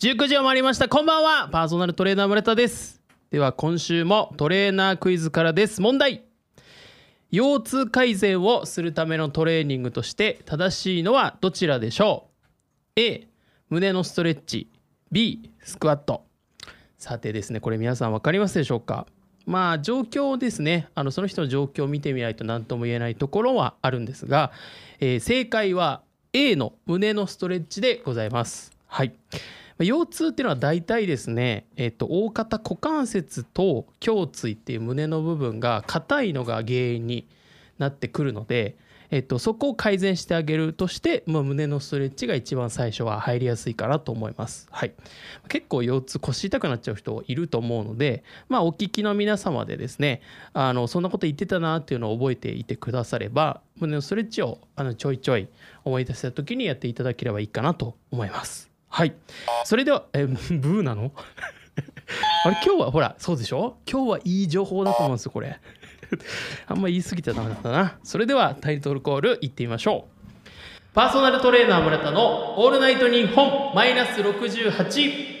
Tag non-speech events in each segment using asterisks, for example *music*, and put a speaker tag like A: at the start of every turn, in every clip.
A: 19時を回りましたこんばんはパーソナルトレーナー村田ですでは今週もトレーナークイズからです問題腰痛改善をするためのトレーニングとして正しいのはどちらでしょう A 胸のストレッチ B スクワットさてですねこれ皆さん分かりますでしょうかまあ状況ですねあのその人の状況を見てみないと何とも言えないところはあるんですが、えー正解は A の胸のストレッチでございます。はいまあ腰痛っていうのは大体ですね、えっと大方股関節と胸椎っていう胸の部分が硬いのが原因になってくるので、えっとそこを改善してあげるとして、まあ、胸のストレッチが一番最初は入りやすいかなと思います。はい、結構腰痛腰痛くなっちゃう人いると思うので、まあ、お聞きの皆様でですねあのそんなこと言ってたなっていうのを覚えていてくだされば胸のストレッチをあのちょいちょい思い出した時にやっていただければいいかなと思います。はいそれではえブーなの *laughs* あれ今日はほらそうでしょ今日はいい情報だと思うんですよこれあんま言い過ぎちゃダメだったなそれではタイトルコールいってみましょうパーソナルトレーナー村田の「オールナイトニッポン」マイナス68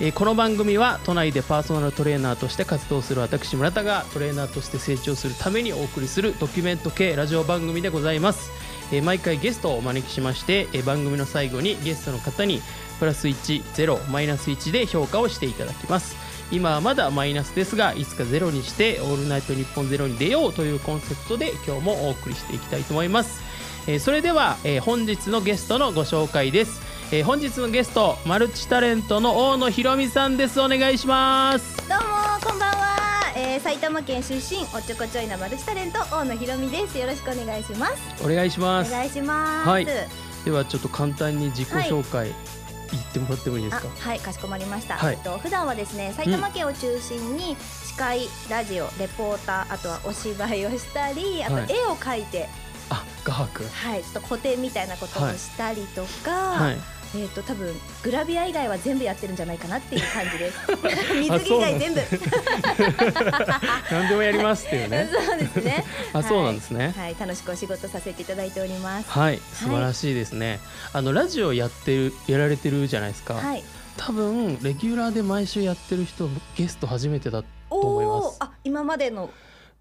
A: えーこの番組は都内でパーソナルトレーナーとして活動する私村田がトレーナーとして成長するためにお送りするドキュメント系ラジオ番組でございます、えー毎回ゲストをお招きしまして、えー番組の最後にゲストの方にプラス10マイナス1で評価をしていただきます今はまだマイナスですがいつかゼロにして「オールナイトニッポンゼロに出ようというコンセプトで今日もお送りしていきたいと思います、えーそれでは、えー本日のゲストのご紹介です、えー本日のゲストマルチタレントの大野ひろみさんですお願いします
B: どうもこんばんは、えー、埼玉県出身おっちょこちょいなマルチタレント大野ひろみですよろしくお願いします
A: お願いしま
B: お
A: す
B: 願いします
A: はいではちょっと簡単に自己紹介、言ってもらってもいいです
B: あ
A: か
B: はいかしこまりました、
A: はい
B: えっと普段はですね埼玉県を中心に司会ラジオレポーターあとはお芝居をしたりあと
A: はい
B: 絵を描いて
A: あ画伯
B: はい、ちょっと個展みたいなことをしたりとか、
A: はい
B: えっ、と多分グラビア以外は全部やってるんじゃないかなっていう感じで
A: *laughs*
B: す水着
A: そ
B: 以
A: うなんで
B: 外全部そ
A: 何でもやりますっていうね *laughs*
B: うですね
A: あそうなんですね、
B: はい楽しくお仕事させていただいております
A: はい、素晴らしいですね。あのラジオやってるやられてるじゃないですか。
B: はい
A: 多分レギュラーで毎週やってる人ゲスト初めてだ思い
B: お
A: ま
B: お
A: す
B: あ今までの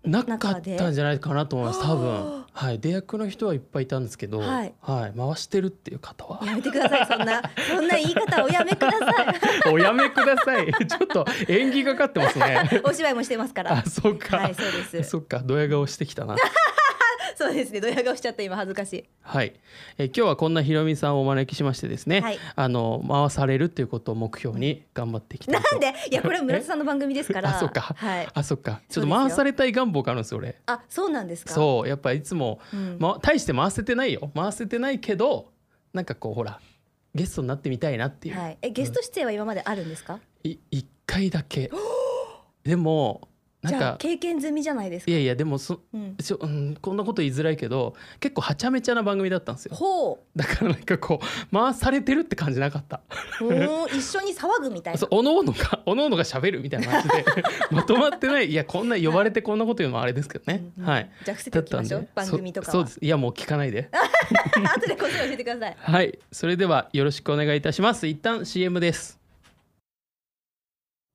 A: なかったんじゃないかなと思います。
B: 中で
A: 多
B: あ
A: 分はい出役の人はいっぱいいたんですけど、は
B: はいい、
A: 回してるっていう方は。
B: やめてくださいそんなそんな言い方おやめください
A: *laughs* おやめください。 *laughs* ちょっと演技がかってます *laughs*
B: *laughs*
A: ね。
B: お芝居もしてますから
A: あ、そうか。
B: はいそうです
A: そっか、ドヤ顔してきたな。
B: そうですねドヤ顔しちゃった今恥ずかしい
A: はい、えー今日はこんなひろみさんをお招きしましてですね、
B: はい
A: あの回されるっていうことを目標に頑張っていきた
B: ない
A: と
B: んでいやこれは村田さんの番組ですから
A: あそうか
B: はい
A: あそっかち
B: そ
A: ょっ
B: うですよ
A: と回されたい願望があるんですよ俺
B: あそうなんですか
A: そうやっぱいつも、
B: う、ん、
A: ま、大して回せてないよ回せてないけどなんかこうほらゲストになってみたいなっていう、
B: はいえゲスト出演は今まであるんですか、
A: い一回だ
B: *gasps*
A: けでもなん
B: じゃあ
A: か
B: 経験済みじゃないですか
A: いやいやでもそ
B: うん、
A: ちょ、うん、こんなこと言いづらいけど結構はちゃめちゃな番組だったんですよ *laughs*
B: ほ
A: だからなんかこう回されてるって感じなかった
B: ううん一緒に騒ぐみたいな
A: そうおのおのがおのおのが喋るみたいな感じで *laughs* まとまってないいやこんな呼ばれてこんなこと言うのもあれですけどね、
B: うんうん
A: はい
B: じゃあ伏せておきましょう番組とかは
A: そうそうですいやもう聞かないで
B: *laughs* 後でこっち教えてください
A: はいそれではよろしくお願いいたします一旦 CM です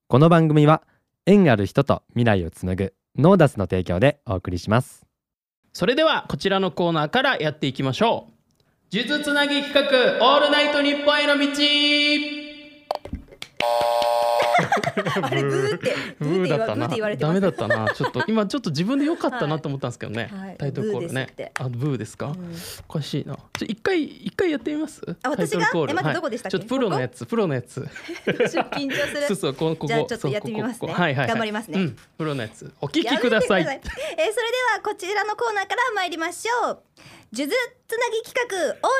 C: この番組は縁ある人と未来をつなぐノーダスの提供でお送りします
A: それではこちらのコーナーからやっていきましょう呪術つなぎ企画オールナイト日本への道
B: あれブーってブーって言わブーって言われて
A: ダ
B: ま
A: メ
B: す
A: だったな *laughs* ちょっと今ちょっと自分で良かったなと思ったんですけどね、
B: はいはい
A: タイトルコールね
B: ブーですって
A: あブーですか、
B: うん
A: おかしいなちょ一回一回やってみます
B: あ私が
A: タイトルコール
B: え待って
A: はい
B: どこでしたっけ
A: ちょっとプロのやつプロのやつ
B: どうしよう緊張する
A: そうそうこのここ
B: じゃあちょっとやってみますね
A: そうここここはいはいはい
B: 頑張りますね
A: うんプロのやつお聞きください
B: やめてくださいえーそれではこちらのコーナーから参りましょう。数珠つなぎ企画オールナイト日本への道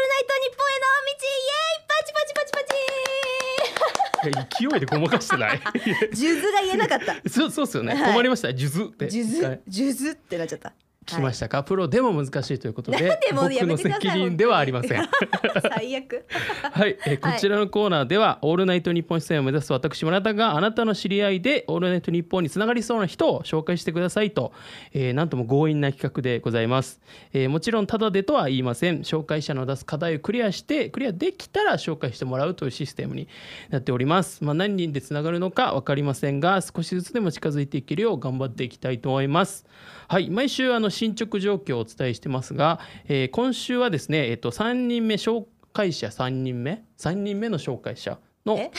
B: イエーイパチパチパチパ
A: いや勢いでごまかして
B: *laughs*
A: ないいや
B: チ。数珠が言えなかった。
A: そうそうっすよね
B: はい
A: 困りました数珠って
B: 数
A: 一回
B: 珠数珠ってなっちゃった。
A: 聞きましたか、プロでも難しいということで
B: なんでもう
A: 僕
B: やめ
A: の
B: てください
A: 責任ではありませんはい、
B: 最悪
A: えーこちらのコーナーでは「オールナイトニッポン」出演を目指す私村田があなたの知り合いで「オールナイトニッポン」につながりそうな人を紹介してくださいと、えーなんとも強引な企画でございます、えーもちろんタダでとは言いません紹介者の出す課題をクリアしてクリアできたら紹介してもらうというシステムになっております、まあ、何人でつながるのか分かりませんが少しずつでも近づいていけるよう頑張っていきたいと思いますはい毎週あの進捗状況をお伝えしてますが、えー今週はですね、えっと3人目紹介者3人目3人目の紹介者の *laughs*
B: え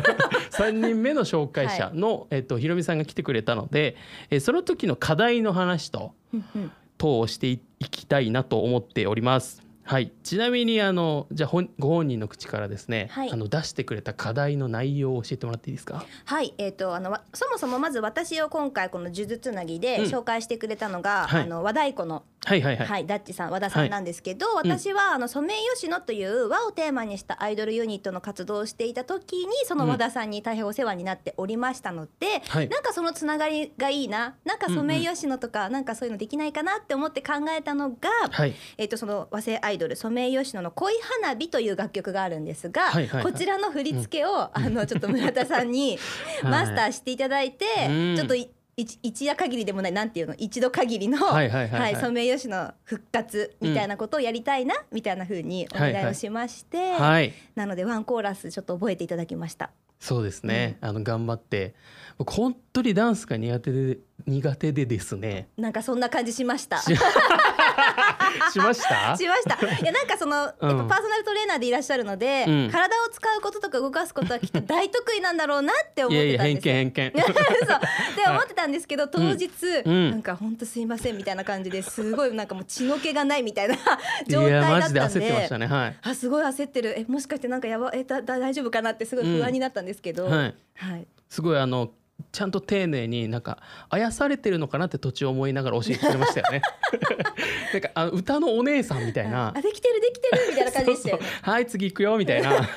A: 3人目の紹介者の、えっと、ひろみさんが来てくれたので、えーその時の課題の話と
B: うんうん
A: 等をしていきたいなと思っております。はい、ちなみにあのじゃあほんご本人の口からですね、
B: はい
A: あの出してくれた課題の内容を教えてもらっていいですか。
B: はい、えー、とあのわそもそもまず私を今回この「呪術つなぎ」で
A: うん
B: 紹介してくれたのが、
A: はい
B: あの和太鼓の、
A: はいはいは。
B: はいいダッチさん和田さんなんですけど、
A: いうん
B: 私はあのソメイヨシノという和をテーマにしたアイドルユニットの活動をしていた時にその和田さんに大変お世話になっておりましたので、
A: はい
B: なんかそのつながりがいいななんかソメイヨシノとかなんかそういうのできないかなって思って考えたのが、
A: はい。
B: えっとその和製アイドルソメイヨシノの恋花火という楽曲があるんですが、
A: はいはいはい
B: こちらの振り付けを、あのちょっと村田さんに
A: *laughs* はい
B: マスターしていただいて、
A: うん
B: ちょっとい一一夜限りでもないなんていうの一度限りの、
A: はいはいはいはい
B: ソメイヨシノ復活みたいなことをやりたいな、みたいな風にお願いをしまして、
A: はい。
B: なのでワンコーラスちょっと覚えていただきました。
A: そうですね。あの頑張って、僕本当にダンスが苦手で苦手でですね。
B: なんかそんな感じしました。
A: ししました。
B: しました。いやなんかその、やっぱパ
A: うん
B: ーソナルトレーナーでいらっしゃるので、
A: うん
B: 体を使うこととか動かすことはきっと大得意なんだろうなって
A: い
B: 思っ
A: やい
B: て
A: や
B: たん
A: 偏
B: です *laughs* よ。
A: 見偏見。
B: 嘘って思ってたんですけど当日、
A: うん
B: なんか本当すいませんみたいな感じですごいなんかもう血の気がないみたいな *laughs* 状
A: い
B: 態
A: や
B: だ
A: マ
B: った
A: ジ
B: ん
A: で
B: で
A: 焦ってましたね。はい。
B: あすごい焦ってるえもしかしてなんかやばえだだ大丈夫かなってすごい不安になったんですけど、
A: はい。
B: はい
A: すごいあのちゃんと丁寧になんかあやされてるのかなって途中思いながら教えてくれましたよね。なんかあ歌のお姉さんみたいな
B: あ。できてるできてるみたいな感じでしたよね
A: そうそうはい次行くよみたいな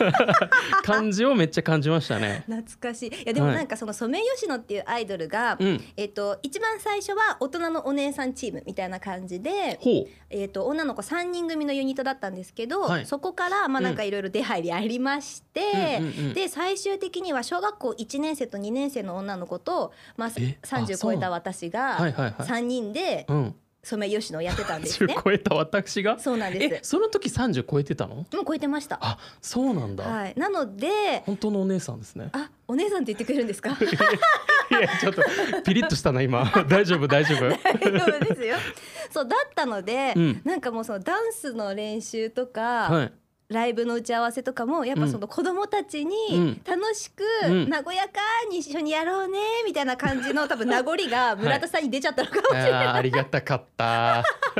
A: 感じをめっちゃ感じましたね。
B: 懐かしいいやでも
A: はい
B: なんかそのソメイヨシノっていうアイドルが、
A: うん。
B: えっと、一番最初は大人のお姉さんチームみたいな感じで、
A: ほ
B: えっと、女の子3人組のユニットだったんですけど、
A: はい
B: そこからまあなんかいろいろ出入りありまして、
A: うんうんうん
B: で最終的には小学校1年生と2年生の女の子と、まあ、
A: えあ
B: 30
A: そう
B: 超
A: なの
B: えた私
A: う。はい
B: が
A: はいはい。
B: 3人で
A: うん。
B: ソメイヨシノをやってたんです
A: *laughs* 30
B: ね。
A: 超えた私が。
B: そうなんで
A: え
B: す
A: その時30超えてたの？
B: もう超えてました、
A: あそうなんだ。
B: はい、なので。
A: 本当のお姉さんですね
B: あお姉さんって言ってくれるんで
A: *laughs*
B: すか
A: いやちょっとピリッとしたな *laughs* 今。大丈夫大丈夫。
B: 大丈夫ですよそうだったので、
A: うん
B: なんかもうそのダンスの練習とか、
A: はい。
B: ライブの打ち合わせとかもやっぱその子供たち
A: うん
B: に楽しく
A: うん
B: 和やかに一緒にやろうねみたいな感じの多分名残が村田さんに出ちゃったのかもしれない。
A: あーありがたかった *laughs*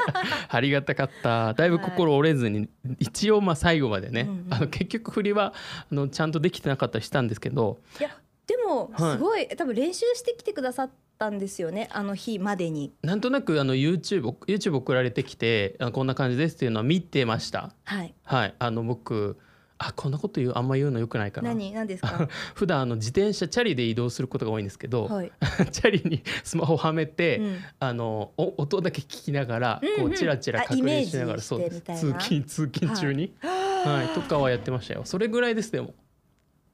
A: ありがたかっただいぶ心折れずに、一応まあ最後までね、
B: うんうん
A: あの結局振りはあのちゃんとできてなかったりしたんですけど
B: いやでも
A: はい
B: すごい多分練習してきてくださったんですよねあの日までに。
A: なんとなくあの YouTube, YouTube 送られてきてあこんな感じですっていうのは見てました
B: はい。
A: はいあの僕あこんなこと言うあんま言うのよくないかな
B: 何何で
A: *laughs*
B: すか。
A: 普段あの自転車チャリで移動することが多いんですけど、
B: はい。
A: *laughs* チャリにスマホはめて、
B: うん
A: あのお音だけ聞きながら、
B: うんうん
A: こうチラチラ
B: あ
A: 確認しながら
B: イメージして
A: そうです
B: みたい
A: 通
B: な
A: 勤通勤中に、はいとかはやってましたよそれぐらいですでも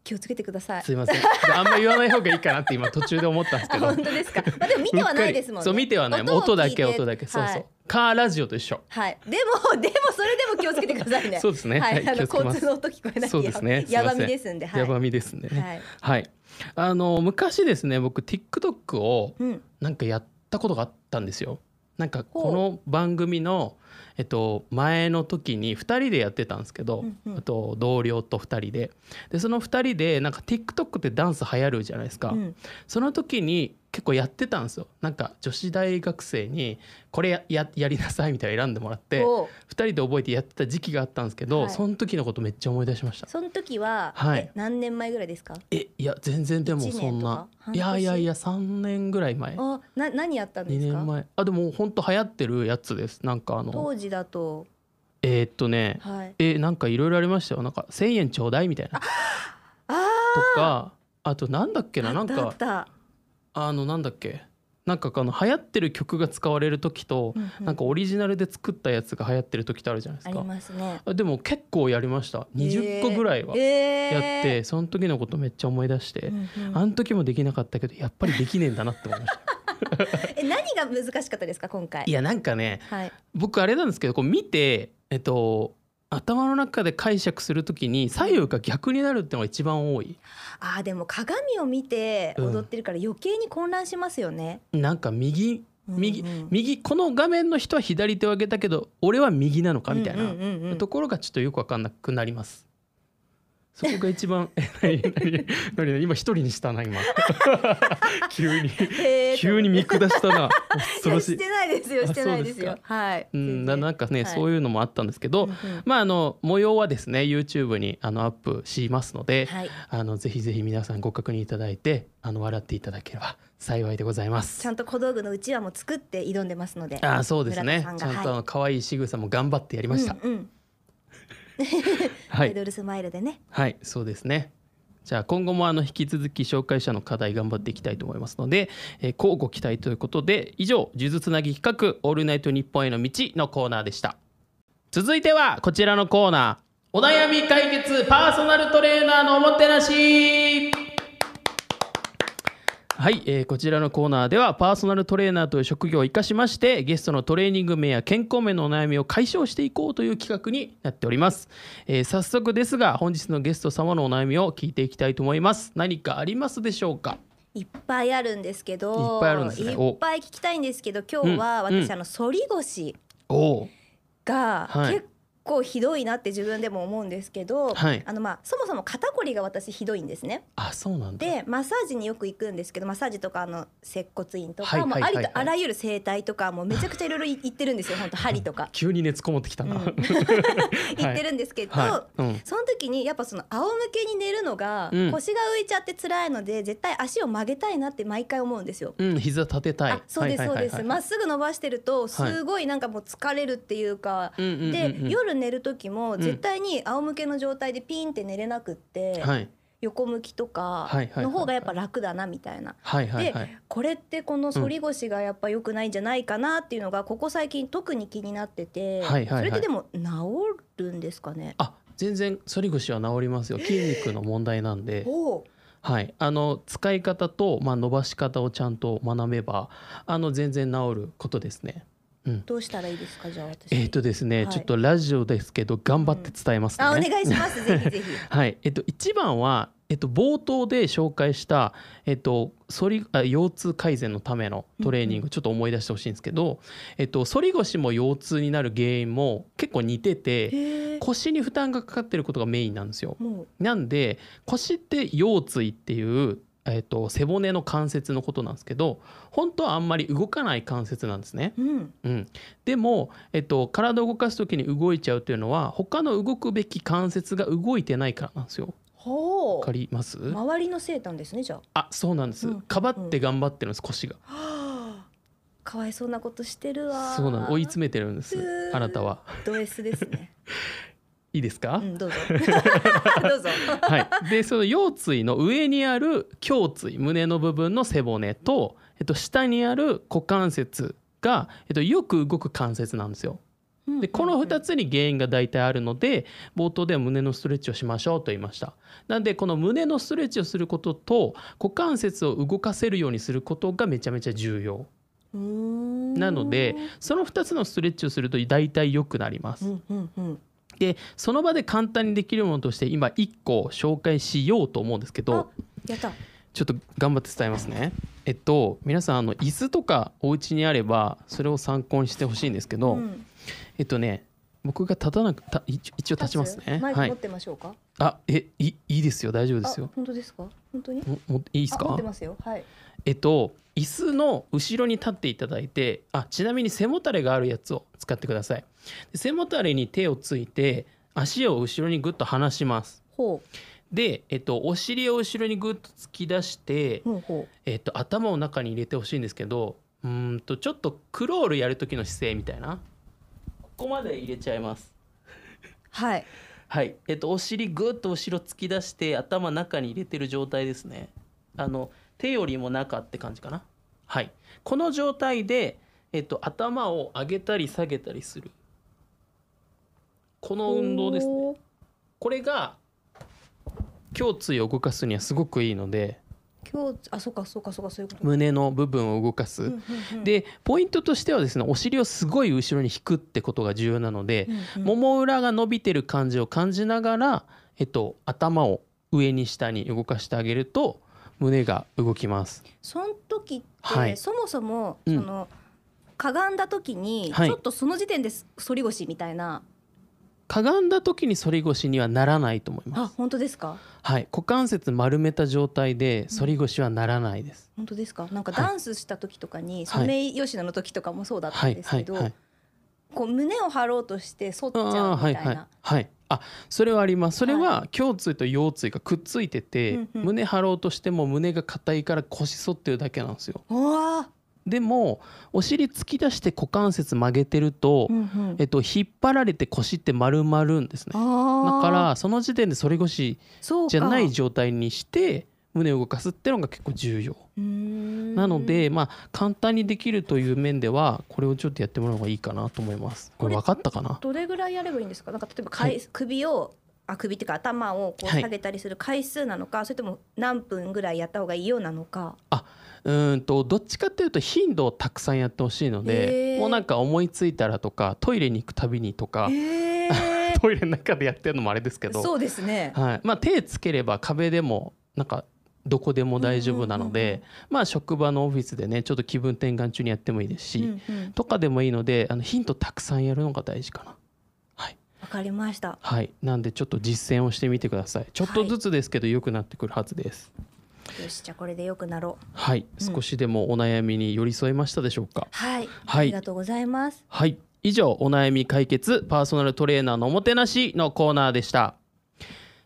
B: 気をつけてください
A: す。いませんあんま言わない方がいいかなって今途中で思ったんです
B: *laughs* あ
A: けど
B: 本当ですか。まあでも
A: *laughs*
B: 見てはないですもんね。
A: そう見てはない音
B: を
A: 音
B: 聞
A: だ
B: い
A: け
B: て
A: 音だけ、そう
B: は
A: そう
B: い
A: カーラジオと一緒
B: はい。でも *laughs* でもそれでも気をつけてくださいね。
A: そうですね
B: はい。あ
A: はい
B: の
A: 気をつけま
B: 交
A: す
B: 通の音聞こえない。
A: そうですね
B: やば
A: すいませ
B: み
A: ん
B: ですんで。はい。
A: やばみですね
B: はい。
A: はい、あの昔ですね僕 TikTok を
B: うん。
A: なんかやったことがあったんですよなんか
B: ほう
A: この番組の、えっと、前の時に2人でやってたんですけど、
B: うんうん
A: あと同僚と2人ででその2人でなんか TikTok ってダンス流行るじゃないですか、
B: うん。
A: その時に結構やってたんですよなんか女子大学生にこれやややりなさいみたいなの選んでもらって
B: こう
A: 2人で覚えてやってた時期があったんですけど、
B: はい
A: その時のことめっちゃ思い出しました
B: その時は、
A: はい
B: え何年前ぐらいですか。
A: えいや全然でもそんな
B: 一年とか半年
A: いやいやいや3年ぐらい前
B: あ、な何やったんで
A: 2
B: す
A: 年
B: か。
A: 前あでも本当流行ってるやつですなんかあの
B: 当時だと、
A: えー、っとね
B: はい。
A: えなんかいろいろありましたよなんか1,000円ちょうだいみたいなと
B: あ
A: かあとなんだっけな
B: あ、
A: なん
B: あ
A: か
B: ったあった。
A: あのなんだっけなんかこの流行ってる曲が使われる時と、なんかオリジナルで作ったやつが流行ってる時ってあるじゃないで
B: あ
A: す
B: り
A: か。
B: ますね。
A: あでも結構やりました20個ぐらいはやっ
B: や
A: て、その時のことめっちゃ思い出して、あの時もできなかったけどやっぱりできねえんだなって思いました
B: え何が難しかったですか今回
A: *laughs* いやなんかね
B: はい
A: 僕あれなんですけどこう見てえっと頭の中で解釈するときに左右が逆になるってのが一番多い
B: あーでも鏡を見て
A: うん
B: 踊ってるから余計に混乱しますよね、
A: なんか右右
B: うんうん
A: 右この画面の人は左手を上げたけど俺は右なのかみたいな、
B: うんうんうんうん
A: ところがちょっとよく分かんなくなります。そこが一番 *laughs* え何何何何今一人にしたな今 *laughs* 急に
B: へー
A: 急に見下した
B: *laughs*
A: な恐ろ
B: い
A: しい
B: やし。てないですよ
A: あ
B: してないです
A: そう
B: よ
A: で
B: はい、
A: うん、ななんかね、
B: はい
A: そういうのもあったんですけど、
B: うんうん
A: まああの模様はですね YouTube にあのアップしますので、
B: はい
A: あのぜひぜひ皆さんご確認いただいてあの笑っていただければ幸いでございます
B: ちゃ。んと小道具のうちわも作って挑んでますので
A: あーそうですね。
B: 村田
A: ち
B: さんが
A: ゃんとあ
B: はい
A: の可愛い仕草も頑張ってやりました。
B: うんうん
A: は
B: アイ
A: い
B: ドルスマイルでね
A: はい、そうですね。じゃあ今後もあの引き続き紹介者の課題頑張っていきたいと思いますので、えー、交互期待ということで以上「呪術つなぎ企画オールナイト日本への道」のコーナーでした続いてはこちらのコーナーお悩み解決パーソナルトレーナーのおもてなしはい、えーこちらのコーナーではパーソナルトレーナーという職業を生かしましてゲストのトレーニング面や健康面のお悩みを解消していこうという企画になっております、えー早速ですが本日のゲスト様のお悩みを聞いていきたいと思います何かありますでしょうか
B: いっぱいあるんですけど
A: いっぱいあるんですねお
B: いっぱい聞きたいんですけど今日は
A: うんうん
B: 私、あの反り腰
A: おお
B: が
A: はい
B: 結構ひどいなって自分でも思うんですけど、
A: はい
B: あのまあそもそも肩こりが私ひどいんですね。
A: あそうなんだ
B: でマッサージによく行くんですけどマッサージとかあの接骨院とか、
A: はいはいはいはい
B: もうありとあらゆる整体とかもうめちゃくちゃいろい
A: *laughs*
B: ろ行ってるんですよ本当針とか
A: 急に熱こもってきたな、
B: う
A: *laughs*
B: ん行ってるんですけど、
A: はい、うん、
B: その時にやっぱその仰向けに寝るのが
A: うん
B: 腰が浮いちゃって辛いので、絶対足を曲げたいなって毎回思うんですよ。
A: うん、膝立てたい
B: あそうですそうですまっすぐ伸ばしてるとすごいなんかもう疲れるっていうか、
A: うんうんうん
B: で
A: うん
B: 夜寝る時も
A: ん
B: 絶対に仰向けの状態でピンって寝れなくって、
A: はい
B: 横向きとか
A: はいはいはいはい
B: の方がやっぱ楽だなみたいな。
A: はいはい
B: で
A: はい
B: これってこの反り腰がやっぱ良くないんじゃないかなっていうのがここ最近特に気になってて、
A: はいはいはい
B: それってでも治るんですかね
A: あ全然反り腰は治りますよ筋肉の問題なんで
B: おう
A: はい、あの使い方と、まあ、伸ばし方をちゃんと学べばあの全然治ることですね。うん、
B: どうしたらいいですかじゃあ私。
A: えっ、とですね、
B: はい
A: ちょっとラジオですけど頑張って伝えますね。
B: あお願いしますぜひぜひ。
A: *laughs* はい、えっと一番はえっと冒頭で紹介したえっと反りあ腰痛改善のためのトレーニング、ちょっと思い出してほしいんですけど、えっと反り腰も腰痛になる原因も結構似てて
B: へえ
A: 腰に負担がかかってることがメインなんですよ。
B: もう
A: なんで腰って腰椎っていう、えっと背骨の関節のことなんですけど本当はあんまり動かない関節なんですね。
B: うん
A: うん、でも、えっと、体を動かす時に動いちゃうというのは他の動くべき関節が動いてないからなんですよ。
B: ほ
A: わ
B: う
A: かります
B: 周りの生誕ですねじゃあ。
A: あそうなんです、
B: うん
A: かばって頑張ってるんです腰が。
B: はあかわいそうなことしてるわ。
A: そうなんです追い詰めてるんです
B: うー
A: あなたは。
B: ド S で
A: *laughs*
B: すね。
A: いいですか、
B: う
A: *laughs*
B: んどうぞどうぞ。
A: はい、でその腰椎の上にある胸椎胸の部分の背骨と、えっと、下にある股関節が、えっと、よく動く関節なんですよ。でこの2
B: つ
A: つに原因が大体あるので冒頭では胸のストレッチをしましょうと言いましたなんでこの胸のストレッチをすることと股関節を動かせるようにすることがめちゃめちゃ重要な
B: な
A: のでその2つのストレッチをすると大体良くなります
B: うんうんうん。
A: でその場で簡単にできるものとして今1個紹介しようと思うんですけ
B: あ
A: ど
B: やった。
A: ちょっと頑張って伝えますねえっと皆さんあの椅子とかお家にあればそれを参考にしてほしいんですけど、
B: うん
A: えっとね僕が立たなくた一一応立ちますね
B: マイ
A: は
B: ク
A: い
B: 持ってましょうか。
A: あえいいいですよ大丈夫です
B: あ
A: よ
B: 本当ですか。本当に。いい
A: ももいいです
B: 持っ
A: か
B: てますよ。はい。
A: えっと椅子の後ろに立っていただいてあちなみに背もたれがあるやつを使ってくださいで背もたれに手をついて足を後ろにぐっと離します
B: ほ
A: で、えっと、お尻を後ろにぐっと突き出して
B: う、ほうほ
A: えっと、頭を中に入れてほしいんですけどうーんとちょっとクロールやる時の姿勢みたいなここまで入れちゃいます
B: う。はい。
A: はい、えっと、お尻ぐーっと後ろ突き出して頭中に入れてる状態ですねあの手よりも中って感じかなはい、この状態で、えっと、頭を上げたり下げたりするこの運動ですね
B: おー
A: これが胸椎を動かすにはすごくいいので
B: 今日あそうかそうかそうかそういうこと。
A: 胸の部分を動かす、
B: うんうんうん、
A: でポイントとしてはですねお尻をすごい後ろに引くってことが重要なので、
B: うんうん
A: もも裏が伸びてる感じを感じながら、えっと、頭を上に下に動かしてあげると胸が動きます。
B: その時って、
A: はい
B: そもそも
A: う
B: そ
A: ん
B: の、かがんだ時に、
A: はい
B: ちょっとその時点です反り腰みたいな
A: かがんだ時に反り腰にはならないと思いま
B: あ
A: す。
B: 本当ですか
A: はい、股関節丸めた状態で反り腰はならないです。
B: 本当ですかなんか
A: はい
B: ダンスした時とかに、
A: はい
B: ソメイヨシノの時とかもそうだった
A: は
B: ん
A: い
B: です
A: は
B: け
A: い
B: ど、
A: はい。
B: こう胸を張ろうとして反っち
A: あ
B: ゃ
A: あは
B: うみ
A: い
B: たいな、
A: はいはい。あそれはありますそれは胸椎と腰椎がくっついてて、
B: うんうん
A: 胸張ろうとしても胸が硬いから腰反ってるだけなんですよ
B: うわ
A: でもお尻突き出して股関節曲げてると、
B: ーうんうん
A: えっと、引っ張られて腰って丸まるんですね。だ
B: あー
A: からその時点で反り腰
B: そうか
A: じゃない状態にして胸を動かすっていうのが結構重要
B: うーん
A: なのでまあ簡単にできるという面ではこれをちょっとやってもらう方がいいかなと思いますこれ分
B: これ
A: かったかな
B: どれぐらいやればいいんですかなんか例えばかい、
A: は
B: 首をあ首っていうか頭をこう
A: はい
B: 下げたりする回数なのか、それとも何分ぐらいやった方がいいようなのか
A: うーんとどっちかっていうと頻度をたくさんやってほしいの
B: へ
A: で
B: ー
A: もうなんか思いついたらとかトイレに行くたびにとか
B: え
A: トイレの中でやってるのもあれです *laughs* けど
B: そうですね
A: はい、まあ手つければ壁でもなんかどこでも大丈夫なので、
B: うんうんうんうん
A: まあ職場のオフィスでねちょっと気分転換中にやってもいいですし、
B: うんうん
A: とかでもいいのであのヒントたくさんやるのが大事かな。はい、
B: わかりました
A: はい、なんでちょっと実践をしてみてくださいちょっとずつですけど良くなってくるはずです
B: よしじゃあこれでよくなろう
A: はい、
B: うん
A: 少しでもお悩みに寄り添えましたでしょうか
B: はい、
A: はい
B: ありがとうございます
A: はい以上お悩み解決パーソナルトレーナーのおもてなしのコーナーでした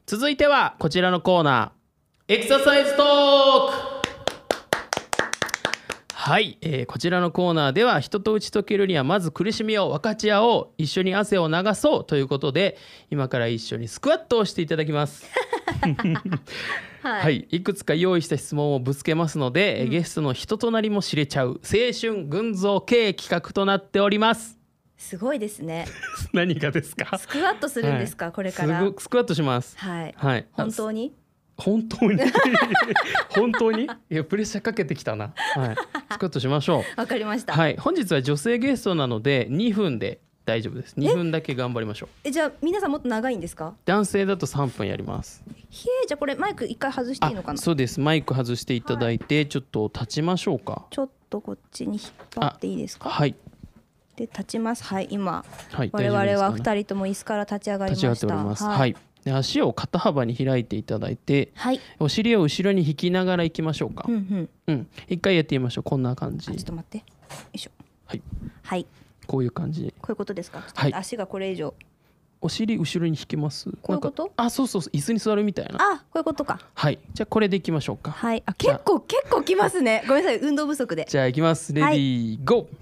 A: 続いてはこちらのコーナーエクササイズトークはい、えーこちらのコーナーでは人と打ち解けるにはまず苦しみを分かち合おう一緒に汗を流そうということで今から一緒にスクワットをしていただきます
B: はい、
A: はい、い、くつか用意した質問をぶつけますので、
B: うん
A: ゲストの人となりも知れちゃう青春群像系企画となっております
B: すごいですね
A: *laughs* 何がですか
B: スクワットするんですか、これか
A: す
B: ら
A: ごスクワットします。
B: はい
A: はい。
B: 本
A: あ
B: 当に
A: 本当
B: *laughs*
A: に本当にいやプレッシャーかけてきたな。はい。スクワットしましょう。
B: *laughs* わかりました、
A: はい。本日は女性ゲストなので2分で大丈夫です。2分だけ頑張りましょう。
B: えじゃあ皆さんもっと長いんですか
A: 男性だと3分やります。
B: ひえじゃあこれマイク一回外していいのかな
A: そうです。マイク外していただいて、ちょっと立ちましょうか。
B: ちょっとこっちに引っ張っていいですか
A: はい。
B: で立ちますはい今
A: はい。
B: 我々
A: 人
B: は二人とも椅子から立ち上がりま
A: 立
B: し
A: ち
B: た
A: 上がっております。はい、
B: はい、
A: で足を肩幅に開いていただいて、
B: はい
A: お尻を後ろに引きながら行きましょうか
B: うん。うん
A: うん。一回やってみましょう。こんな感じ
B: あちょっ。と待ってよいしょ
A: はい。
B: はいこ
A: こういう感じ。
B: ういうことですかちょっと
A: はい
B: 足がこれ以上
A: お尻後ろに引けます。
B: こういうこと
A: なんかあ、そうそうそう、椅子に座るみたいな。
B: あこういうことか
A: はい、じゃあこれでいきましょうか。
B: はいあ
A: じゃあ
B: 結構結構きますねごめんなさい運動不足で
A: じゃあいきます。レディーゴー。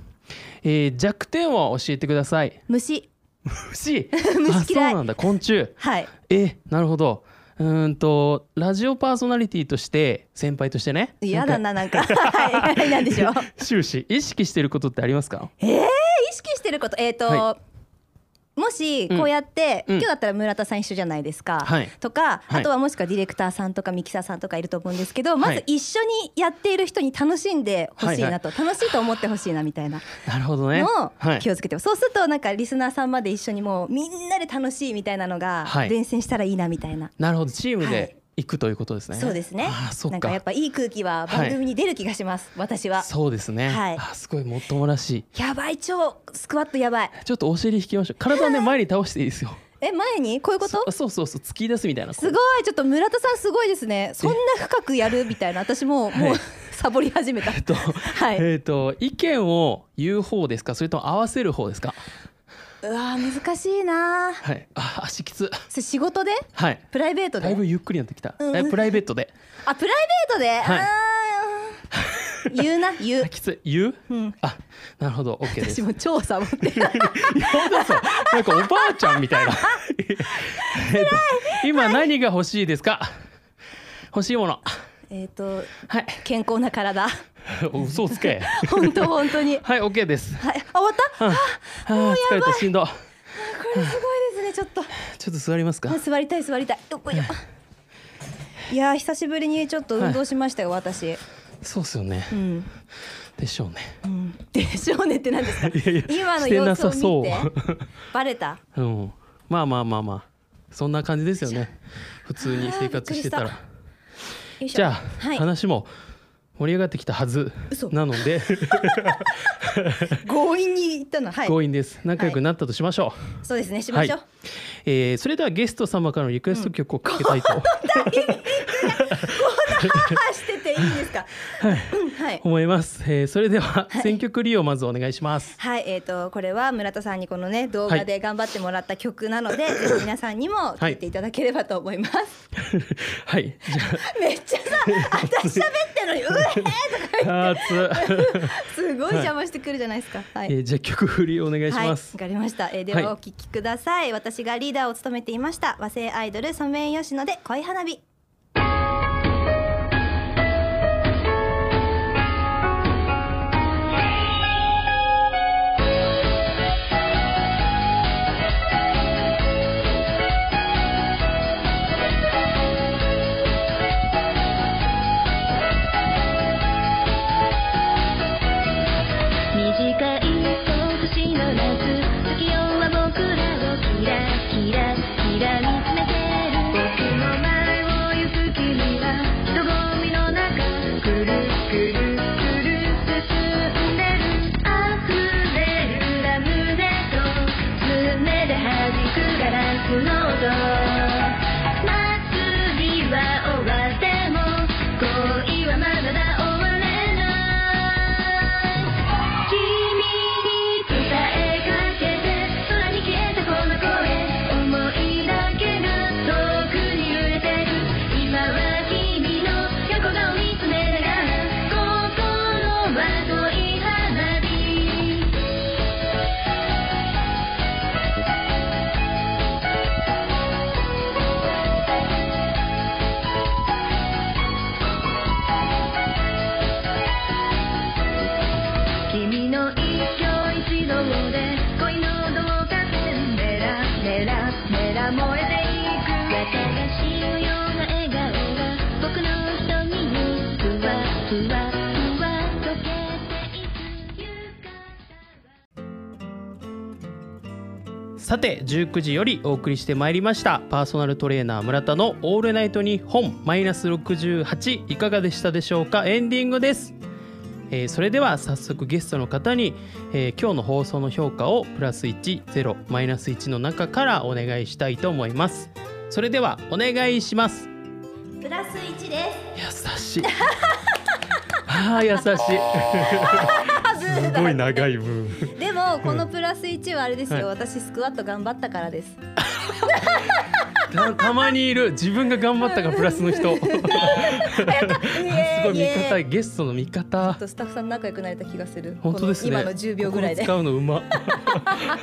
A: えー弱点を教えてください。
B: 虫
A: *laughs* 虫。
B: 虫嫌い
A: あ、そうなんだ。昆虫。
B: はい
A: え、なるほど。うーんとラジオパーソナリティとして先輩としてね。
B: 嫌だ
A: んか。
B: なな
A: *laughs*
B: んかはい *laughs* はいなんでしょう
A: 終始意識してることってありますか。
B: えー、意識してることえっ、と、
A: は
B: もしこうやって、
A: うん
B: 今日だったら村田さん一緒じゃないですか、
A: はい
B: とか、
A: はい
B: あとはもしくはディレクターさんとかミキサーさんとかいると思うんですけど、ま
A: は
B: ず
A: い
B: 一緒にやっている人に楽しんでほしいなと、楽しいと思ってほしいなみたいな
A: なるほどね。
B: の
A: は
B: を
A: い
B: 気。をつけて、そうするとなんかリスナーさんまで一緒にもうみんなで楽しいみたいなのが
A: はい
B: 伝染したらいいなみたいな、
A: なるほど。チーム
B: はい
A: で行くということですね。
B: そうですね
A: あー、そ
B: な
A: っ
B: んかや
A: か
B: っ。ぱいい空気は番組に出る気がします、私は。
A: そうですね。
B: はい
A: あー、すごいもっともらしい。
B: やばい超スクワットやばい
A: ちょっとお尻引きましょう。体を
B: *laughs*
A: ね前に倒していいですよ。
B: え前にこういうこと
A: そそうそうそう突き出すみたいな。
B: すごいちょっと村田さんすごいですねそんな深くやるみたいな私もうも
A: は
B: う
A: い
B: サボり始めた
A: えっと、
B: はい、
A: えっと意見を言う方ですか、それとも合わせる方ですか。
B: うわー難しいなー
A: はい。あ足きつ。
B: それ仕事で
A: はい。
B: プライベート
A: だい
B: で
A: ぶゆっくりになってきた。
B: うん
A: えプライベートで。
B: あプライベートで、
A: はい
B: あー言うな言う
A: あきつい言う？
B: うん
A: あなるほど OK で
B: 私
A: す。
B: も超サボって
A: *laughs*
B: る
A: いや本当ですよなんかおばあちゃんみたい
B: *laughs*
A: な。えっと今何が欲しいですか。欲しいもの。
B: えっ、と
A: はい。
B: 健康な体
A: 嘘つけ。
B: 本当本当に
A: はい、オッケーです。
B: はいあ終わったあ
A: あー疲れたしんど。
B: これすごいですねちょっと
A: ちょっと座りますか
B: あ。座りたい座りたいよっこいしょいやー久しぶりにちょっと運動しましたよ、私
A: そうっすよね
B: う。ん、
A: でしょうね。
B: うん、でしょうねって何で
A: *laughs*
B: すか
A: いやいや
B: 今の
A: して
B: 様
A: な
B: 子
A: さそ
B: を
A: う
B: 見てバレた
A: うん。まあまあまあまあ。そんな感じですよね。普通に生活してた
B: あーび
A: ら
B: っ。よいしょ
A: じゃあ、
B: はい、
A: 話も盛り上がってきたはず
B: 嘘
A: なので、
B: 強引に言ったのはい
A: 強引です。仲良くなったとしましょう。
B: そうですねしましょう、
A: はいえーそれではゲスト様からのリクエスト曲をかけたいと
B: あ *laughs* してていいんですかうんはい
A: 思います。えーそれでは選曲利用まずお願いします。
B: はい、えー、とこれは村田さんにこのね動画で頑張ってもらった曲なので、ぜひ皆さんにも聴いていただければと思います、
A: はい。じ
B: めっちゃさ私喋って
A: *laughs*
B: んのに「うえ!」とか
A: ゃあ、あーつ
B: すごい邪魔してくるじゃないですかはい、
A: えーじゃあ曲振りお願いし
B: はい、
A: ま
B: わ
A: す。
B: かりました、えー、で
A: はい
B: はお聴きください、私がリーダーを務めていました和製アイドルソメイヨシノで恋花火
D: 短い今年の夏月夜は僕らをキラキラキラ見つめてる僕の前をゆく君は人混みの中くるくるくる進んでる溢れるラムネと胸で弾くガラスの音祭りは終わっても恋はまだ終われない君に伝えかけて空に消えたこの声思いだけが遠くに揺れてる今は君の横顔見つめながら心は遠い花火君の一挙一動で恋の動画線メラメラメラ燃えていく綿がしうような笑顔が僕の瞳にふわふわふわ溶けていく浴衣は
A: さて19時よりお送りしてまいりましたパーソナルトレーナー村田のオールナイトニッポンマイナス68いかがでしたでしょうかエンディングです、えーそれでは早速ゲストの方に、えー今日の放送の評価をプラス10マイナス1の中からお願いしたいと思いますそれではお願いします
B: プラス1です
A: 優しい *laughs* あー優しい
B: あブーだ
C: 長い分。
B: でもこのプラス1はあれですよ、
A: はい
B: 私スクワット頑張ったから
D: *laughs*
B: です
A: たたまにいる自分が頑張ったからプラスの人す *laughs* ごい
B: す
A: 味方ゲストの味方
B: とスタッフさん仲良くなれた気がする
A: 本当ですね。
B: この今の10秒ぐらいで
A: ここの使うのうま。 *laughs*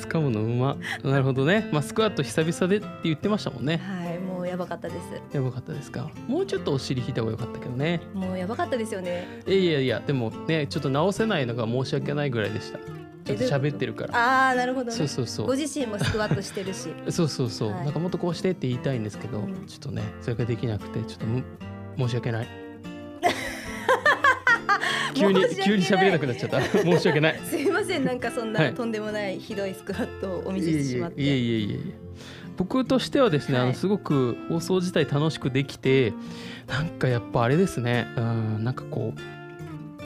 A: 使うのうま。なるほどね。まあスクワット久々でって言ってましたもんね。
B: はいもうやばかったです
A: やばかったですか。もうちょっとお尻引いた方が良かったけどね。
B: もうやばかったですよね
A: いやいやいやでもねちょっと直せないのが申し訳ないぐらいでした。ちょっと喋ってるから。
B: ああなるほど、ね、
A: そうそうそ
B: ご
A: う。
B: 自身もスクワットして
A: *laughs*
B: るし
A: そうそうそう。
B: はい
A: なんかもっとこうしてって言いたいんですけど、
B: うん
A: ちょっとねそれができなくてちょっとむ申し訳ない。急に
B: *laughs* 申し訳ない
A: 急に喋れなくなっちゃった。申し訳ない。
B: すいませんなんかそん
A: は
B: ないとんでもないひどいスクワットをお見
A: い
B: せ
A: え
B: して
A: い
B: しま
A: え
B: って
A: いえいえいえ僕としてはですね、
B: はい
A: あのすごく放送自体楽しくできてなんかやっぱあれですねうんなんかこう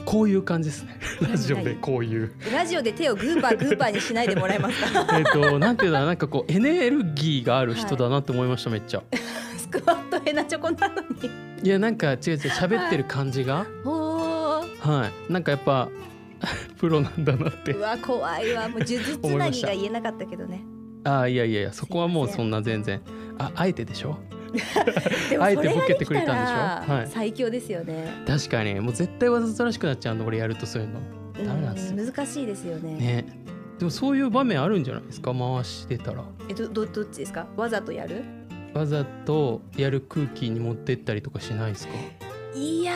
A: こういう感じです
B: *laughs*
A: ねラジオでこういう
B: ラジオで手をグーパーグーパーにしないでもらえますか
A: えっとなんていうのなんかこうエネルギーがある人だなって思いました、めっち
B: *laughs*
A: ゃ
B: スクワットヘナチョコなのに
A: いやなんか違う違う喋ってる感じが
B: おー
A: はいなんかやっぱ *laughs* プロなんだなって
B: うわ怖いわもう呪術つなぎが言えなかったけどね
A: ああいやいやいやそこはもうそんな全然ああえてでしょ
B: で
A: *laughs*
B: も
A: あえ
B: そ
A: て
B: れ
A: ボ
B: が
A: ケ
B: で
A: て
B: き
A: くれ
B: た
A: たんでしょは
B: ら
A: い
B: 最強ですよね、
A: 確かにもう絶対わざとらしくなっちゃうんだ俺やるとそういうの
B: うん
A: ダメなんですよ
B: 難しいですよね
A: ねでもそういう場面あるんじゃないですか回してたら
B: えどどどっちですかわざとやる
A: わざとやる空気に持ってったりとかしないですか
B: いや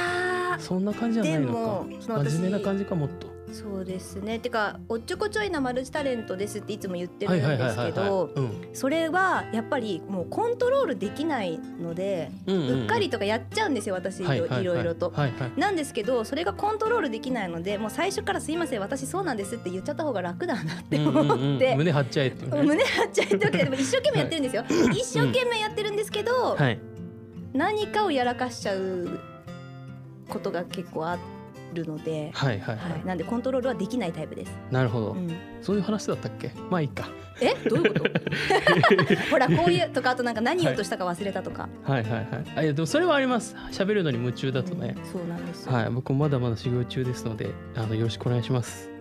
A: そんな感じじゃないの
B: でもその
A: か
B: 私
A: 真面目な感じかもっと
B: ーそうですねてかおっちょこちょいなマルチタレントですっていつも言ってる
A: は
B: ん
A: いはい
B: で
A: はい
B: す
A: はい
B: け
A: は
B: ど
A: いうん
B: それはやっぱりもうコントロールできないので
A: うんうんうん
B: うっかりとかやっちゃうんですよ私い
A: はいはいは
B: ろ
A: い
B: いろいろと。
A: はいはい
B: なんですけどそれがコントロールできないのでもう最初から「すいません私そうなんです」って言っちゃった方が楽だなって思って、
A: うんうんうん胸張っちゃえっていうね
B: 胸張っちゃいってわけででも一生懸命やってるんですよ、一生懸命やってるんですけど、
A: はい
B: 何かをやらかしちゃうことが結構あるので、
A: はいはい
B: は、
A: はい
B: なんでコントロールはできないタイプです、
A: いなるほど
B: うん、
A: そういう話だったっけまあいいか
B: えどういうこと *laughs* ほらこういうとかあとなんか何言おうとしたか忘れたとか、
A: はいはいはいあいやでもそれはあります喋るのに夢中だとね
B: うんそうなんですよ、
A: はい、僕もまだまだ修行中ですので、あのよろしくお願いします。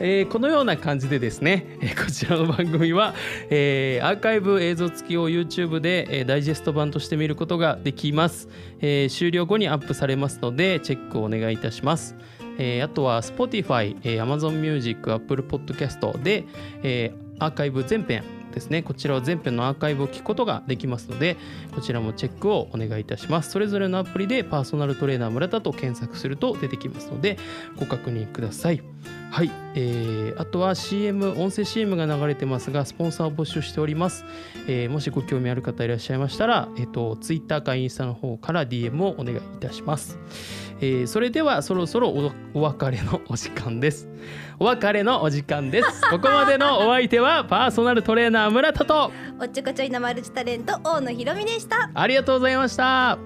A: えーこのような感じでですね、えーこちらの番組は、えーアーカイブ映像付きを YouTube で、えーダイジェスト版として見ることができます、えー終了後にアップされますので、チェックをお願いいたします。えーあとは Spotify、えー Amazon Music、Apple Podcast で、えーアーカイブ全編ですね、こちらは全編のアーカイブを聞くことができますので、こちらもチェックをお願いいたします。それぞれのアプリでパーソナルトレーナー村田と検索すると出てきますので、ご確認ください。はい、えーあとは CM、音声 CM が流れてますが、スポンサーを募集しております。えーもしご興味ある方いらっしゃいましたら、えっ、と、Twitter かインスタの方から DM をお願いいたします。えーそれではそろそろおお別れのお時間です。お別れのお時間です。ここまでのお相手はパーソナルトレーナー村田と
B: おっちょこちょいなマルチタレント大野ひろみでした
A: ありがとうございました。